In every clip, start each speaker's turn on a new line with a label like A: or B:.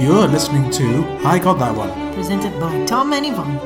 A: You're listening to I Got That One.
B: presented by Tom and Yvonne.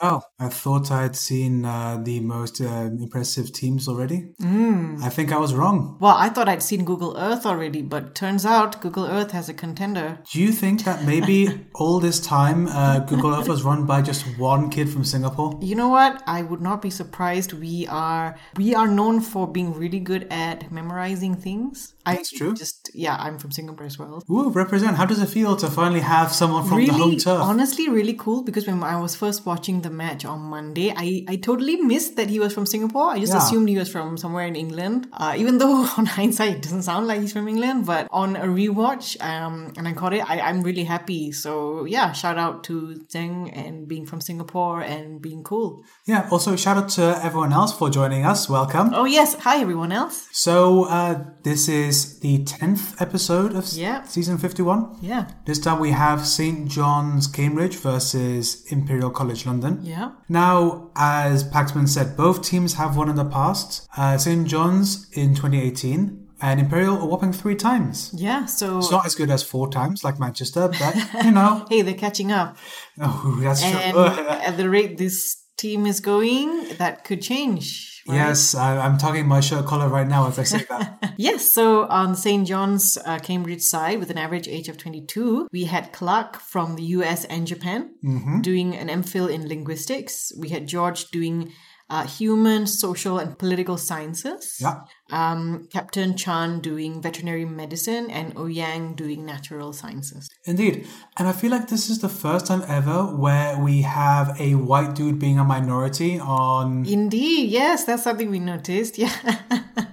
A: Oh, I thought I'd seen uh, the most uh, impressive teams already.
B: Mm.
A: I think I was wrong.
B: Well, I thought I'd seen Google Earth already, but turns out Google Earth has a contender.
A: Do you think that maybe all this time uh, Google Earth was run by just one kid from Singapore?
B: You know what? I would not be surprised. We are we are known for being really good at memorizing things.
A: That's
B: I
A: true.
B: Just yeah, I'm from Singapore as well.
A: Ooh, represent. How does it feel to finally have someone from the home
B: Really,
A: turf?
B: honestly, really cool because when I was first watching the match on Monday, I, I totally missed that he was from Singapore. I just
A: Yeah.
B: assumed he was from somewhere in England. Uh, even though on hindsight it doesn't sound like he's from England, but on a rewatch, um, and I caught it, I, I'm really happy. So yeah, shout out to Zeng and being from Singapore and being cool.
A: yeah, also shout out to everyone else for joining us. Welcome.
B: Oh yes, hi everyone else.
A: So, uh, this is the 10th episode of s-
B: Yeah.
A: season 51.
B: Yeah,
A: This time we have St. John's Cambridge versus Imperial College London.
B: yeah.
A: Now, as Paxman said, both teams have won in the past. Uh, St. John's in 2018 and Imperial a whopping three times.
B: Yeah, so
A: It's not as good as four times like Manchester, but you know,
B: hey, they're catching up.
A: oh, that's
B: And
A: true. Ugh.
B: at the rate this team is going, that could change. right?
A: Yes, I, I'm tugging my shirt collar right now as I say that.
B: Yes, so on St. John's uh, Cambridge side, with an average age of 22, we had Clark from the US and Japan
A: Mm-hmm.
B: doing an MPhil in linguistics. We had George doing uh, human, social, and political sciences.
A: yeah.
B: Um, Captain Chan doing veterinary medicine, and Ouyang doing natural sciences.
A: Indeed. And I feel like this is the first time ever where we have a white dude being a minority on
B: Indeed, yes, that's something we noticed. Yeah.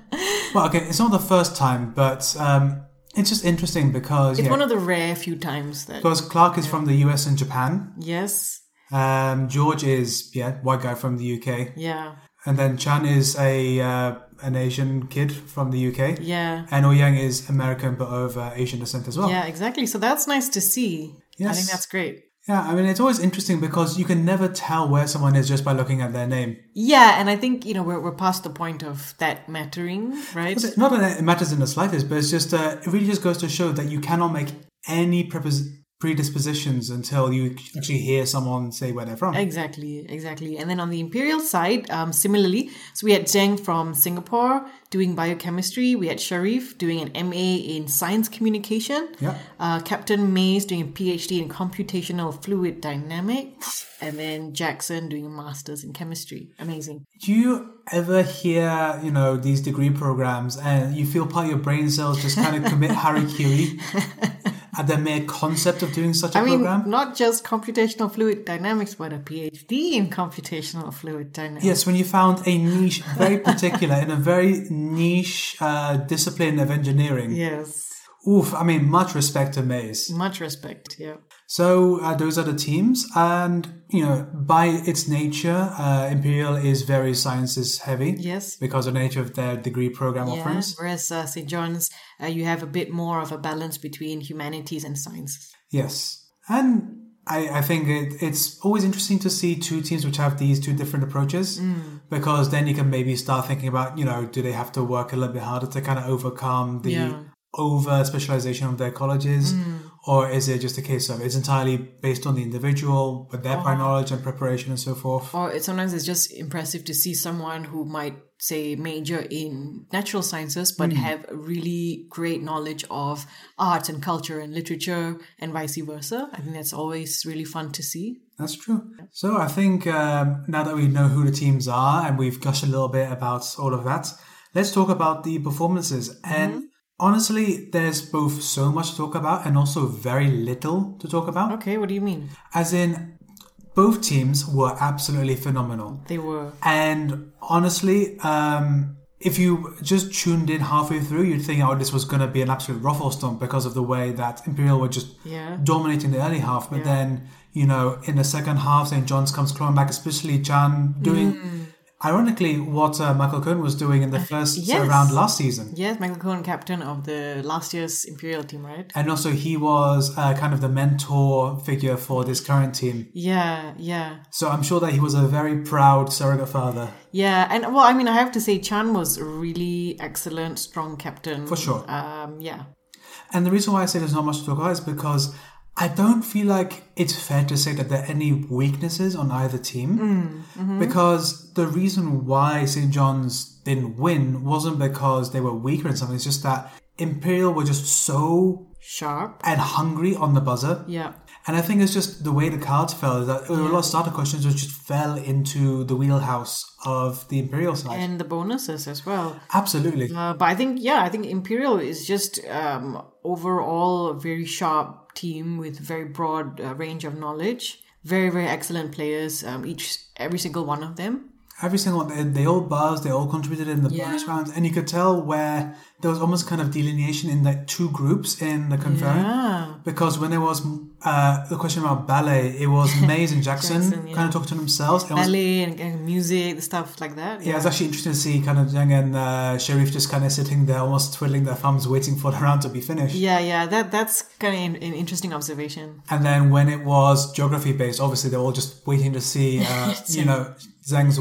A: Well, okay, it's not the first time, but um, it's just interesting because
B: It's
A: yeah,
B: one of the rare few times that.
A: because Clark is from the US and Japan.
B: Yes.
A: Um, George is yeah white guy from the UK,
B: Yeah.
A: and then Chan is a uh, an Asian kid from the UK,
B: Yeah.
A: and Ouyang is American but of uh, Asian descent as well.
B: Yeah, exactly. So that's nice to see. I
A: Yes.
B: think that's great.
A: Yeah, I mean it's always interesting because you can never tell where someone is just by looking at their name.
B: Yeah, and I think, you know, we're, we're past the point of that mattering, right?
A: Not that it matters in the slightest, but it's just uh, it really just goes to show that you cannot make any prepos- predispositions until you actually hear someone say where they're from.
B: Exactly, exactly. And then on the imperial side, um, similarly, so we had Zheng from Singapore doing biochemistry. We had Sharif doing an MA in science communication.
A: Yeah.
B: Uh, Captain Mays doing a PhD in computational fluid dynamics, and then Jackson doing a master's in chemistry. Amazing.
A: Do you ever hear, you know, these degree programs and you feel part of your brain cells just kind of commit Harikiri at the mere concept of doing such a
B: I mean,
A: program?
B: not just computational fluid dynamics, but a PhD in computational fluid dynamics.
A: Yes, when you found a niche, very particular, in a very niche uh, discipline of engineering.
B: Yes.
A: Oof, I mean, much respect to Maze.
B: Much respect. Yeah.
A: So uh, those are the teams, and you know, by its nature, uh, Imperial is very sciences heavy.
B: Yes.
A: because of the nature of their degree program
B: Yeah.
A: offerings.
B: Whereas uh, St. John's, uh, you have a bit more of a balance between humanities and science.
A: Yes. And I, I think it, it's always interesting to see two teams which have these two different approaches because then you can maybe start thinking about, you know, do they have to work a little bit harder to kind of overcome the
B: Yeah.
A: over specialization of their colleges? Or is it just a case of it's entirely based on the individual with their prior knowledge and preparation and so forth?
B: Or it, sometimes it's just impressive to see someone who might say major in natural sciences but have a really great knowledge of arts and culture and literature and vice versa. I think that's always really fun to see.
A: That's true. So I think um, now that we know who the teams are and we've gushed a little bit about all of that, let's talk about the performances. And honestly, there's both so much to talk about and also very little to talk about.
B: Okay, what do you mean?
A: As in, both teams were absolutely phenomenal.
B: They were
A: And honestly, um, if you just tuned in halfway through, you'd think, oh, this was going to be an absolute ruffle stomp because of the way that Imperial were just
B: Yeah.
A: dominating the early half. But then, you know, in the second half, St. John's comes crawling back, especially Chan doing Ironically, what uh, Michael Cohen was doing in the first uh,
B: yes.
A: round last season.
B: Yes, Michael Cohen, captain of the last year's Imperial team, right?
A: And also, he was uh, kind of the mentor figure for this current team.
B: Yeah, yeah,
A: So I'm sure that he was a very proud surrogate father.
B: yeah. And well, I mean, I have to say, Chan was really excellent, strong captain.
A: For sure.
B: Um, yeah.
A: And the reason why I say there's not much to talk about is because I don't feel like it's fair to say that there are any weaknesses on either team. Because the reason why St. John's didn't win wasn't because they were weaker in something, it's just that Imperial were just so
B: Sharp.
A: and hungry on the buzzer.
B: Yeah.
A: And I think it's just the way the cards fell is that there were a lot of starter questions which just fell into the wheelhouse of the Imperial side.
B: And the bonuses as well.
A: Absolutely.
B: Uh, but I think, yeah, I think Imperial is just um, overall a very sharp team with very broad uh, range of knowledge. Very, very excellent players, um, each, every single one of them.
A: every single one, they, they all buzzed, they all contributed in the bonus rounds, and you could tell where there was almost kind of delineation in the two groups in the conferring.
B: Ah,
A: Because when there was uh, the question about ballet, it was Mays and Jackson,
B: Jackson, yeah.
A: kind of talking to themselves. It was,
B: ballet and, and music, stuff like that.
A: yeah, it was actually interesting to see kind of Jung and uh, Sharif just kind of sitting there, almost twiddling their thumbs, waiting for the round to be finished.
B: Yeah, yeah, that that's kind of an, an interesting observation.
A: And then when it was geography based, obviously they were all just waiting to see, uh, you know, Zhang's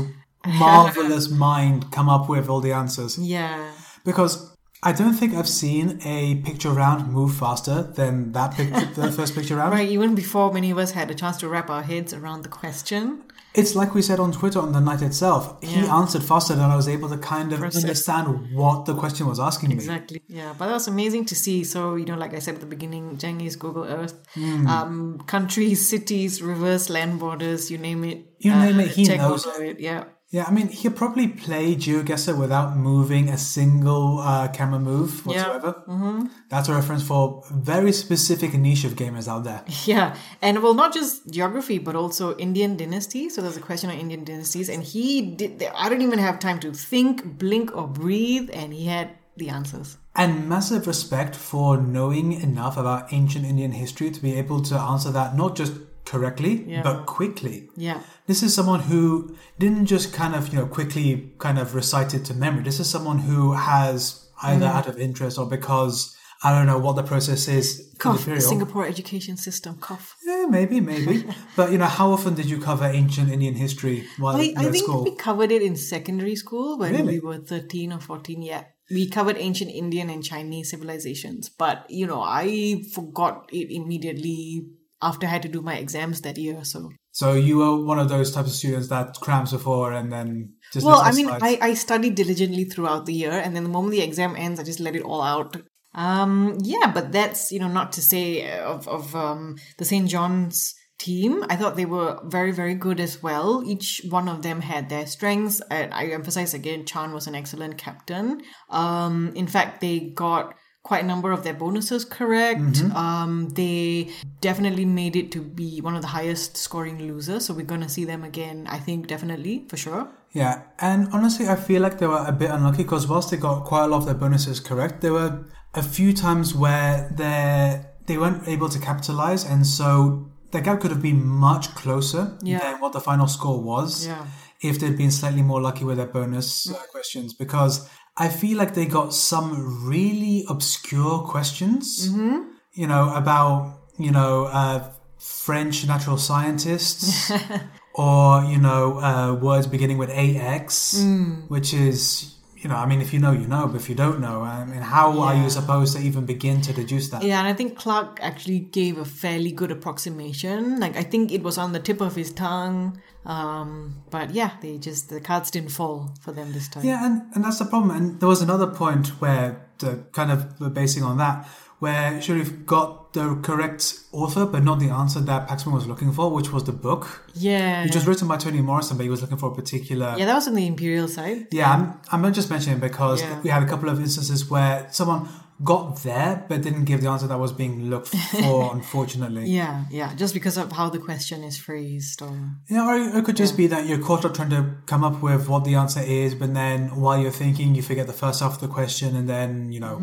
A: marvelous mind come up with all the answers.
B: Yeah,
A: because I don't think I've seen a picture round move faster than that picture, the first picture round.
B: right. Even before many of us had a chance to wrap our heads around the question,
A: It's like we said on Twitter on the night itself. He
B: Yeah.
A: answered faster than I was able to kind of
B: Process.
A: understand what the question was asking me.
B: exactly. Yeah, but that was amazing to see. So you know, like I said at the beginning, Jengis, Google Earth,
A: Hmm.
B: um, countries, cities, rivers, land borders, you name it. Uh,
A: You name it, he
B: check
A: knows
B: all of it. Yeah,
A: Yeah, I mean, he could probably play GeoGuessr without moving a single uh, camera move
B: Yeah.
A: whatsoever. Mm-hmm. That's a reference for very specific niche of gamers out there.
B: yeah, and well, not just geography, but also Indian dynasty. So there's a question on Indian dynasties, and he did. I don't even have time to think, blink, or breathe, and he had the answers.
A: And massive respect for knowing enough about ancient Indian history to be able to answer that not just correctly,
B: Yeah.
A: but quickly.
B: Yeah.
A: This is someone who didn't just kind of, you know, quickly kind of recite it to memory. This is someone who has either
B: Mm-hmm.
A: out of interest or because I don't know what the process is. for the
B: Cough.
A: period.
B: Singapore education system. Cough.
A: Yeah, maybe, maybe. but you know, how often did you cover ancient Indian history while
B: I,
A: you were
B: I
A: at
B: think
A: school?
B: we covered it in secondary school when
A: Really?
B: we were 13 or 14. Yeah. We covered ancient Indian and Chinese civilizations. But, you know, I forgot it immediately after I had to do my exams that year. So,
A: so you were one of those types of students that crams before and then just
B: well, I
A: listens
B: mean,
A: slides.
B: I, I studied diligently throughout the year. And then the moment the exam ends, I just let it all out. Um, yeah, but that's, you know, not to say of, of um, the St. John's team. I thought they were very, very good as well. Each one of them had their strengths. I, I emphasize again, Chan was an excellent captain. Um, in fact, they got quite a number of their bonuses correct. Um, they definitely made it to be one of the highest scoring losers. So we're going to see them again, I think, definitely, for sure.
A: Yeah, and honestly, I feel like they were a bit unlucky because whilst they got quite a lot of their bonuses correct, there were a few times where they they weren't able to capitalize, and so the gap could have been much closer
B: Yeah.
A: than what the final score was
B: Yeah. Mm.
A: if they'd been slightly more lucky with their bonus uh, questions. Because I feel like they got some really obscure questions,
B: Mm-hmm.
A: you know, about you know uh, French natural scientists. or you know uh, words beginning with ax
B: Mm.
A: which is you know i mean if you know you know but if you don't know i mean how are you
B: Yeah.
A: supposed to even begin to deduce that
B: Yeah, and I think Clark actually gave a fairly good approximation. Like I think it was on the tip of his tongue. Um, but yeah, they just the cards didn't fall for them this time.
A: Yeah, and, and that's the problem. And there was another point where the kind of basing on that, where Sharif got the correct author, but not the answer that Paxman was looking for, which was the book,
B: Yeah.
A: which was written by Toni Morrison, but he was looking for a particular
B: yeah, that was on the Imperial side.
A: Yeah, I'm, I'm not just mentioning it because
B: Yeah.
A: we had a couple of instances where someone got there but didn't give the answer that was being looked for, unfortunately.
B: Yeah, yeah, just because of how the question is phrased or
A: Yeah, or it could just be that you're caught up trying to come up with what the answer is, but then while you're thinking, you forget the first half of the question, and then, you know,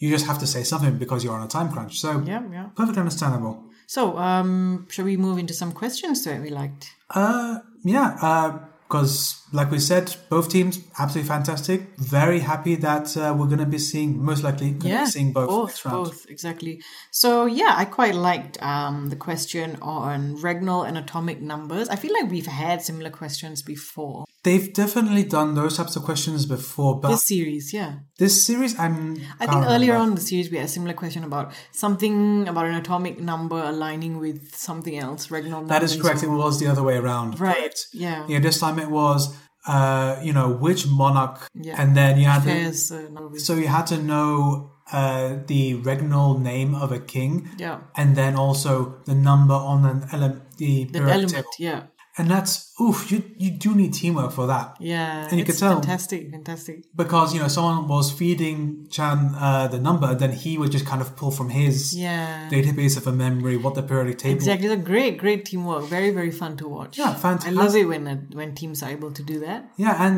A: you just have to say something because you're on a time crunch. So,
B: Mm-hmm. yeah, yeah.
A: perfectly understandable.
B: So, um shall we move into some questions that we liked?
A: Uh, yeah, uh, because, like we said, both teams absolutely fantastic. Very happy that uh, we're going to be seeing, most likely, gonna be
B: Yeah,
A: seeing both,
B: both,
A: next round.
B: both, exactly. So yeah, I quite liked um, the question on regnal and atomic numbers. I feel like we've had similar questions before
A: They've definitely done those types of questions before, but
B: this
A: this,
B: series. Yeah,
A: series, I'm.
B: I
A: can't
B: think earlier
A: remember.
B: on in the series we had a similar question about something about an atomic number aligning with something else. Regnal.
A: That is
B: numbers.
A: correct. It was the other way around.
B: Right,
A: correct.
B: yeah.
A: Yeah. This time it was, uh, you know, which monarch,
B: Yeah.
A: and then you had to,
B: There's a number. with-
A: so you had to know uh, the regnal name of a king,
B: yeah,
A: and then also the number on an ele- the,
B: the
A: periodic
B: element.
A: table.
B: Yeah,
A: And that's oof. You you do need teamwork for that
B: yeah.
A: And you
B: it's
A: could tell-
B: fantastic, fantastic.
A: because you know someone was feeding Chan uh, the number, then he would just kind of pull from his
B: Yeah,
A: database of a memory what the periodic table.
B: Exactly, the great, great teamwork. Very, very fun to watch.
A: Yeah, fantastic.
B: I love it when when teams are able to do that.
A: Yeah, and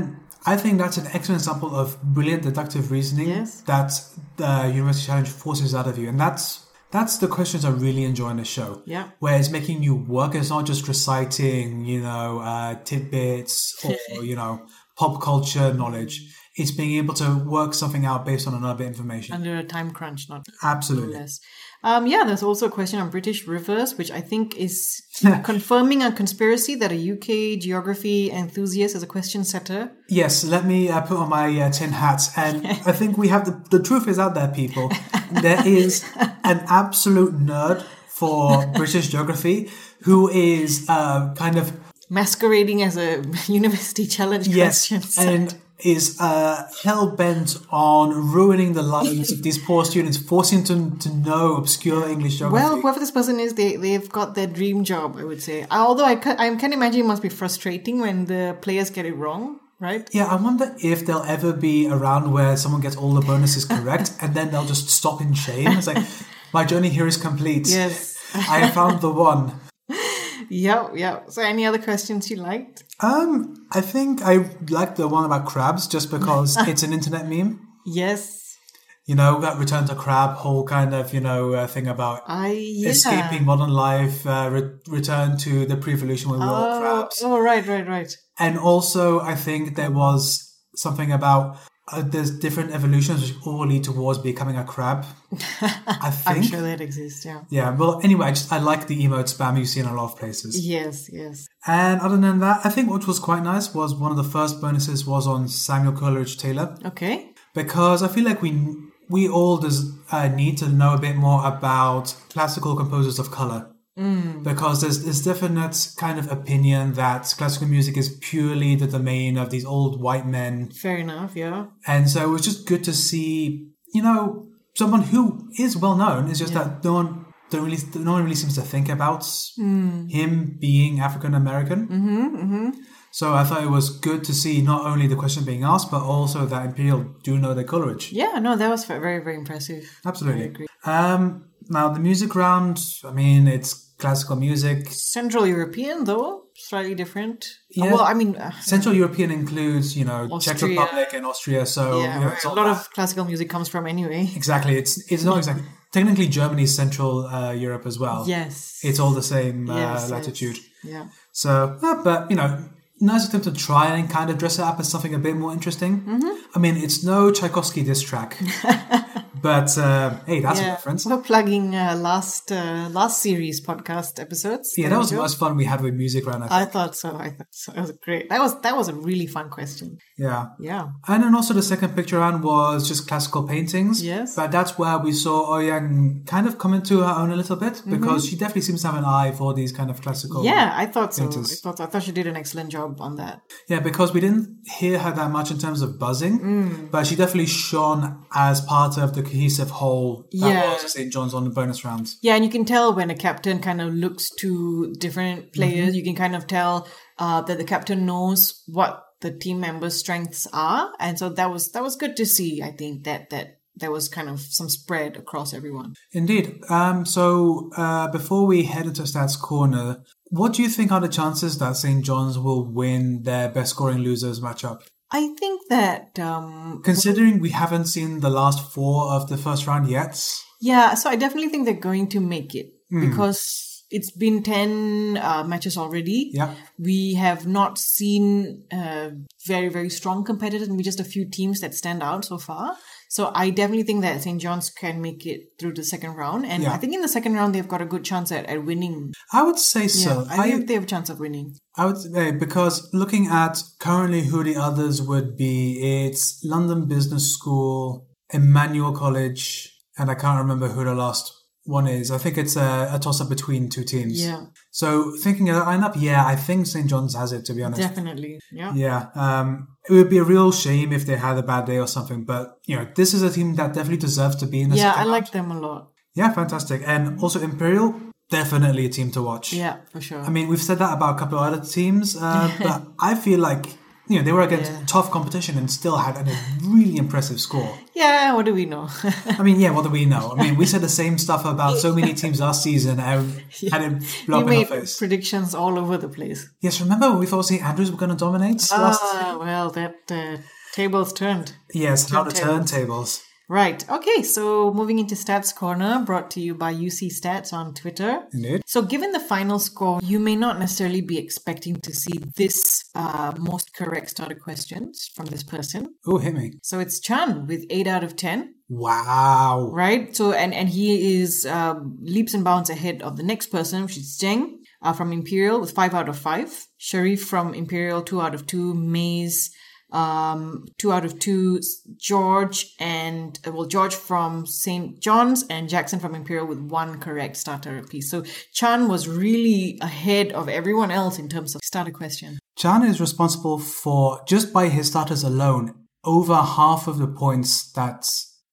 A: I think that's an excellent example of brilliant deductive reasoning
B: Yes.
A: that the University Challenge forces out of you, and that's that's the questions I really enjoy in the show.
B: Yeah.
A: where it's making you work. It's not just reciting, you know, uh, tidbits or you know, pop culture knowledge. It's being able to work something out based on another bit of information.
B: Under a time crunch, not
A: Absolutely.
B: less. Um, yeah, there's also a question on British rivers, which I think is confirming a conspiracy that a UK geography enthusiast is a question setter.
A: Yes, let me uh, put on my uh, tin hat. And I think we have the, the truth is out there, people. There is an absolute nerd for British geography who is uh, kind of,
B: Masquerading as a university challenge
A: yes,
B: question set.
A: and is uh, hell bent on ruining the lives of these poor students, forcing them to know obscure English geography.
B: Well, whoever this person is, they, they've got their dream job, I would say. Although I can, I can imagine it must be frustrating when the players get it wrong, right?
A: yeah, I wonder if there'll ever be around where someone gets all the bonuses correct and then they'll just stop in shame. It's like, my journey here is complete.
B: Yes.
A: I have found the one.
B: Yep, yep. So, any other questions you liked?
A: Um, I think I like the one about crabs just because it's an internet meme.
B: Yes,
A: You know, that return to crab whole kind of, you know, uh, thing about
B: I Oh, yeah.
A: escaping modern life, uh, re- return to the pre-evolution when we were all
B: Oh,
A: crabs.
B: oh, right, right, right.
A: And also, I think there was something about uh, there's different evolutions which all lead towards becoming a crab. I think.
B: I'm sure that exists. Yeah.
A: Yeah, well, anyway, I just I like the emote spam you see in a lot of places.
B: Yes, yes.
A: And other than that, I think what was quite nice was one of the first bonuses was on Samuel Coleridge Taylor
B: Okay.
A: because I feel like we we all des- uh, need to know a bit more about classical composers of color because there's this definite kind of opinion that classical music is purely the domain of these old white men,
B: Fair enough. Yeah.
A: and so it was just good to see you know someone who is well known. It's just that no one. Don't really, no one really seems to think about
B: Mm.
A: him being African American. Mm-hmm, mm-hmm. So I thought it was good to see not only the question being asked, but also that Imperial do know their Coleridge.
B: Yeah. No, that was ve- very, very impressive. I
A: Absolutely.
B: agree.
A: Um, now the music round. I mean, it's classical music.
B: Central European, though, slightly different.
A: Yeah.
B: Well, I mean, uh,
A: Central European includes, you know, Czech
B: Austria.
A: Republic and Austria. So
B: yeah,
A: you know,
B: where
A: it's
B: a
A: not
B: lot
A: that-
B: of classical music comes from anyway.
A: exactly. It's it's not exactly technically Germany's Central uh, Europe as well.
B: Yes.
A: it's all the same uh,
B: yes, yes.
A: latitude.
B: Yeah.
A: So, uh, but you know, nice attempt to try and kind of dress it up as something a bit more interesting.
B: Mm-hmm.
A: I mean, it's no Tchaikovsky diss track, but uh, hey, that's a
B: Yeah.
A: reference.
B: We're plugging uh, last uh, last series podcast episodes.
A: Yeah,
B: There
A: that
B: we
A: was the
B: go.
A: most fun we had with music round. I think.
B: I thought so. I thought so. That was great. That was that was a really fun question.
A: yeah.
B: Yeah.
A: And then also the second picture round was just classical paintings.
B: Yes.
A: But that's where we saw Ouyang kind of come into her own a little bit because she definitely seems to have an eye for these kind of classical.
B: Mm-hmm. Yeah, I thought so. I
A: is.
B: thought, so. I thought she did an excellent job on that.
A: Yeah, because we didn't hear her that much in terms of buzzing,
B: Mm.
A: but she definitely shone as part of the cohesive whole that
B: Yeah.
A: was St. John's on the bonus rounds.
B: Yeah, and you can tell when a captain kind of looks to different players, you can kind of tell uh, that the captain knows what the team members' strengths are, and so that was that was good to see. I think that that there was kind of some spread across everyone.
A: Indeed. Um, so uh, before we head into Stats Corner, what do you think are the chances that St. John's will win their best scoring losers matchup?
B: I think that um,
A: Considering we haven't seen the last four of the first round yet,
B: Yeah, so I definitely think they're going to make it because it's been 10 uh, matches already.
A: Yeah.
B: We have not seen uh, very, very strong competitors, and we just a few teams that stand out so far. So I definitely think that St. John's can make it through the second round. And
A: Yeah.
B: I think in the second round, they've got a good chance at, at winning.
A: I would say so.
B: Yeah, I think they have a chance of winning.
A: I would say because looking at currently who the others would be, it's London Business School, Emmanuel College, and I can't remember who the last one is. I think it's a, a toss up between two teams.
B: Yeah,
A: So thinking of that lineup, yeah, I think St. John's has it to be honest.
B: definitely. Yeah.
A: Yeah, um, it would be a real shame if they had a bad day or something. But you know, this is a team that definitely deserves to be in the
B: Yeah, I
A: second
B: like them a lot.
A: yeah, fantastic. And also Imperial, definitely a team to watch.
B: Yeah, for sure.
A: I mean, we've said that about a couple of other teams, uh, but I feel like you know they were against
B: Yeah.
A: tough competition and still had a really impressive score.
B: yeah, what do we know?
A: I mean, yeah, what do we know? I mean, we said the same stuff about so many teams last season and and it blew up
B: we
A: in our
B: made
A: face.
B: predictions all over the place.
A: yes, remember when we thought St Andrews were going to dominate last?
B: Ah, well, that uh, table's turned.
A: Yes, now the
B: turntables.
A: turntables.
B: Right. Okay. So moving into Stats Corner, brought to you by UC Stats on Twitter.
A: Indeed.
B: So, given the final score, you may not necessarily be expecting to see this uh, most correct starter questions from this person.
A: Oh, hit me!
B: So it's Chan with eight out of ten,
A: Wow.
B: right? So, and and he is um, leaps and bounds ahead of the next person, which is Zheng uh, from Imperial with five out of five, Sharif from Imperial two out of two, Maze um, two out of two, George and uh, well George from St John's and Jackson from Imperial with one correct starter piece. So Chan was really ahead of everyone else in terms of starter question.
A: Chan is responsible for, just by his starters alone, over half of the points that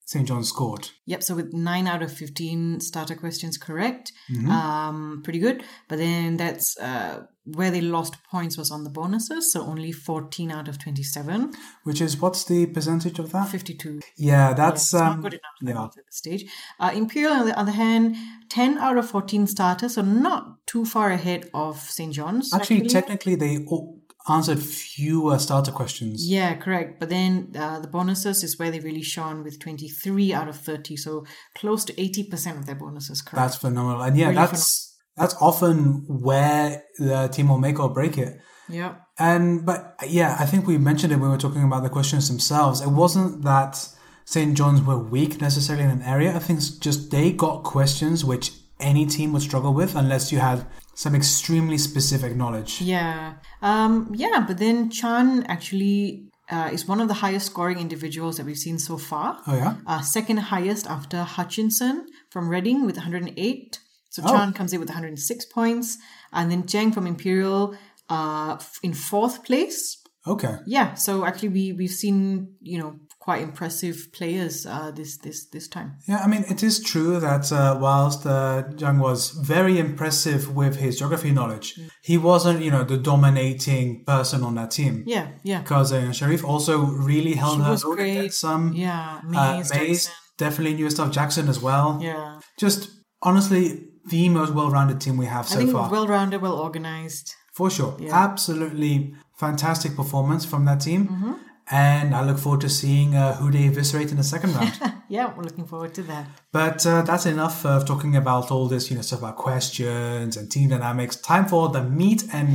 A: St. John scored.
B: Yep, so with nine out of 15 starter questions correct,
A: Mm-hmm.
B: um, pretty good. But then that's uh, where they lost points was on the bonuses, so only 14 out of 27,
A: Which is, what's the percentage of that?
B: 52.
A: Yeah, that's.
B: It's
A: um,
B: not good enough
A: yeah.
B: at this stage. Uh, Imperial, on the other hand, 10 out of 14 starters, so not too far ahead of St. John's.
A: Actually, technically, they all answered fewer starter questions.
B: Yeah, correct. But then uh, the bonuses is where they really shone with 23 out of 30, so close to 80% of their bonuses correct.
A: That's phenomenal. And yeah,
B: Really
A: that's. That's often where the team will make or break it.
B: yeah.
A: And but yeah, I think we mentioned it when we were talking about the questions themselves. It wasn't that St. John's were weak necessarily in an area. I think it's just they got questions which any team would struggle with unless you had some extremely specific knowledge.
B: Yeah. Um, yeah, but then Chan actually uh, is one of the highest scoring individuals that we've seen so far.
A: Oh yeah.
B: Uh, second highest after Hutchinson from Reading with 108. So
A: Oh.
B: Chan comes in with 106 points. And then Cheng from Imperial uh, f- in fourth place.
A: Okay.
B: Yeah, so actually we, we've seen, you know, quite impressive players uh, this, this, this time.
A: Yeah, I mean, it is true that uh, whilst uh, Zhang was very impressive with his geography knowledge, he wasn't, you know, the dominating person on that team.
B: Yeah, yeah.
A: Because uh, Sharif also really held
B: She
A: her
B: was
A: own
B: great.
A: against some.
B: Yeah,
A: Uh,
B: Maze,
A: Mays
B: Jackson.
A: definitely new stuff. Jackson as well.
B: Yeah.
A: Just honestly, the most well-rounded team we have
B: I
A: so
B: think
A: far,
B: well rounded, well organized.
A: for sure. Absolutely fantastic performance from that team,
B: Mm-hmm.
A: and I look forward to seeing uh, who they eviscerate in the second round.
B: Yeah, we're looking forward to that.
A: but uh, that's enough of talking about all this, you know, stuff about questions and team dynamics. Time for the meat and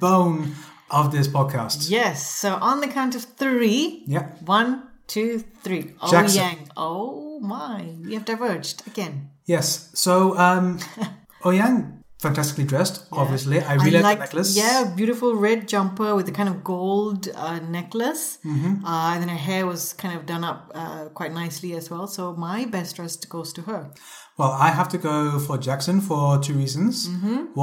A: bone of this podcast.
B: Yes. So on the count of three.
A: Yeah.
B: One, two, three. Oh,
A: Jackson.
B: Yang. Oh, my. We have diverged again.
A: Yes. So, um, Ouyang, fantastically dressed. Obviously, I really like
B: liked-
A: the necklace.
B: Yeah, beautiful red jumper with a kind of gold uh, necklace.
A: Mm-hmm.
B: Uh, and then her hair was kind of done up uh, quite nicely as well. So my best trust goes to her.
A: Well, I have to go for Jackson for two reasons.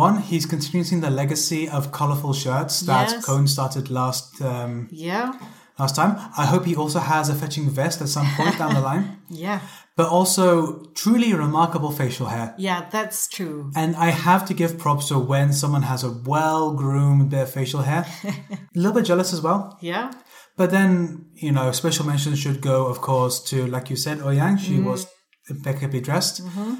A: One, he's continuing the legacy of colorful shirts that
B: Yes.
A: Cohn started last um,
B: Yeah.
A: last time. I hope he also has a fetching vest at some point down the line.
B: Yeah.
A: But also, truly remarkable facial hair.
B: Yeah, that's true.
A: And I have to give props to when someone has a well groomed bit of facial hair. a little bit jealous as well.
B: Yeah.
A: But then, you know, special mention should go, of course, to, like you said, Ouyang. She
B: Mm-hmm.
A: was impeccably dressed.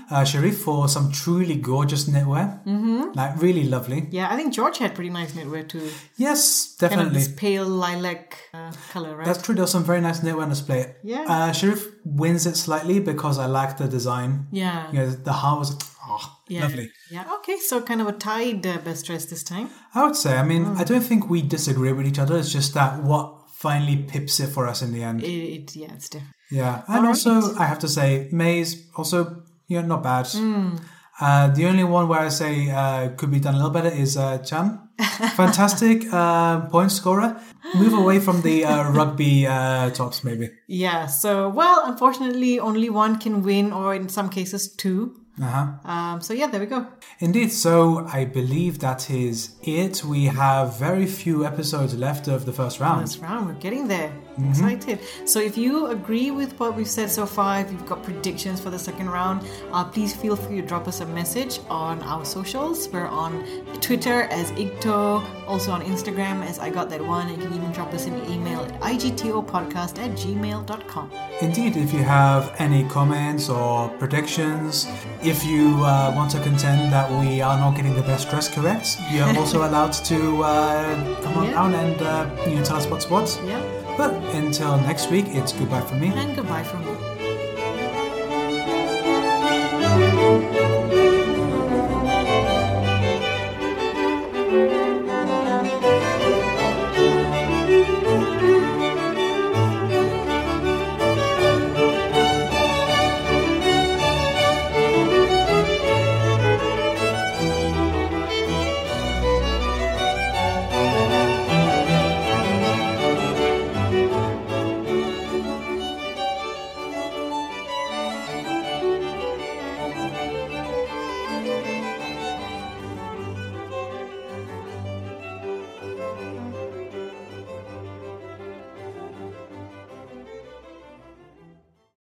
A: Uh, Sharif for some truly gorgeous knitwear. Mm-hmm. Like, really lovely.
B: Yeah, I think George had pretty nice knitwear too.
A: Yes,
B: Kind of
A: definitely.
B: this pale lilac uh, color, right?
A: That's true. There was some very nice knitwear on display.
B: Yeah.
A: Uh, Sharif wins it slightly because I like the design.
B: yeah.
A: You know, the heart was, oh,
B: Yeah.
A: Lovely.
B: Yeah. Okay. So kind of a tied uh, best dress this time.
A: I would say, I mean, I don't think we disagree with each other. It's just that what finally pips it for us in the end.
B: It, it yeah, it's different.
A: Yeah. And also, I have to say, Maze, also, you know, not bad. Uh, the only one where I say uh, could be done a little better is uh, Chan. Fantastic uh, point scorer. Move away from the uh, rugby uh, tops, maybe.
B: Yeah. So well, unfortunately, only one can win, or in some cases, two.
A: Uh huh.
B: Um. So yeah, there we go.
A: Indeed. So I believe that is it. We have very few episodes left of the first round.
B: This round, we're getting there. Excited. So if you agree with what we've said so far, if you've got predictions for the second round, uh, please feel free to drop us a message on our socials. We're on Twitter as Igto, also on Instagram as I Got That One. You can even drop us an email at igtopodcast at gmail.com.
A: Indeed, if you have any comments or predictions, if you uh, want to contend that we are not getting the best dress correct, you're also allowed to uh, come on
B: Yeah.
A: down and uh, you know, tell us what's what.
B: Yeah.
A: But until next week, it's goodbye from me.
B: And goodbye from me.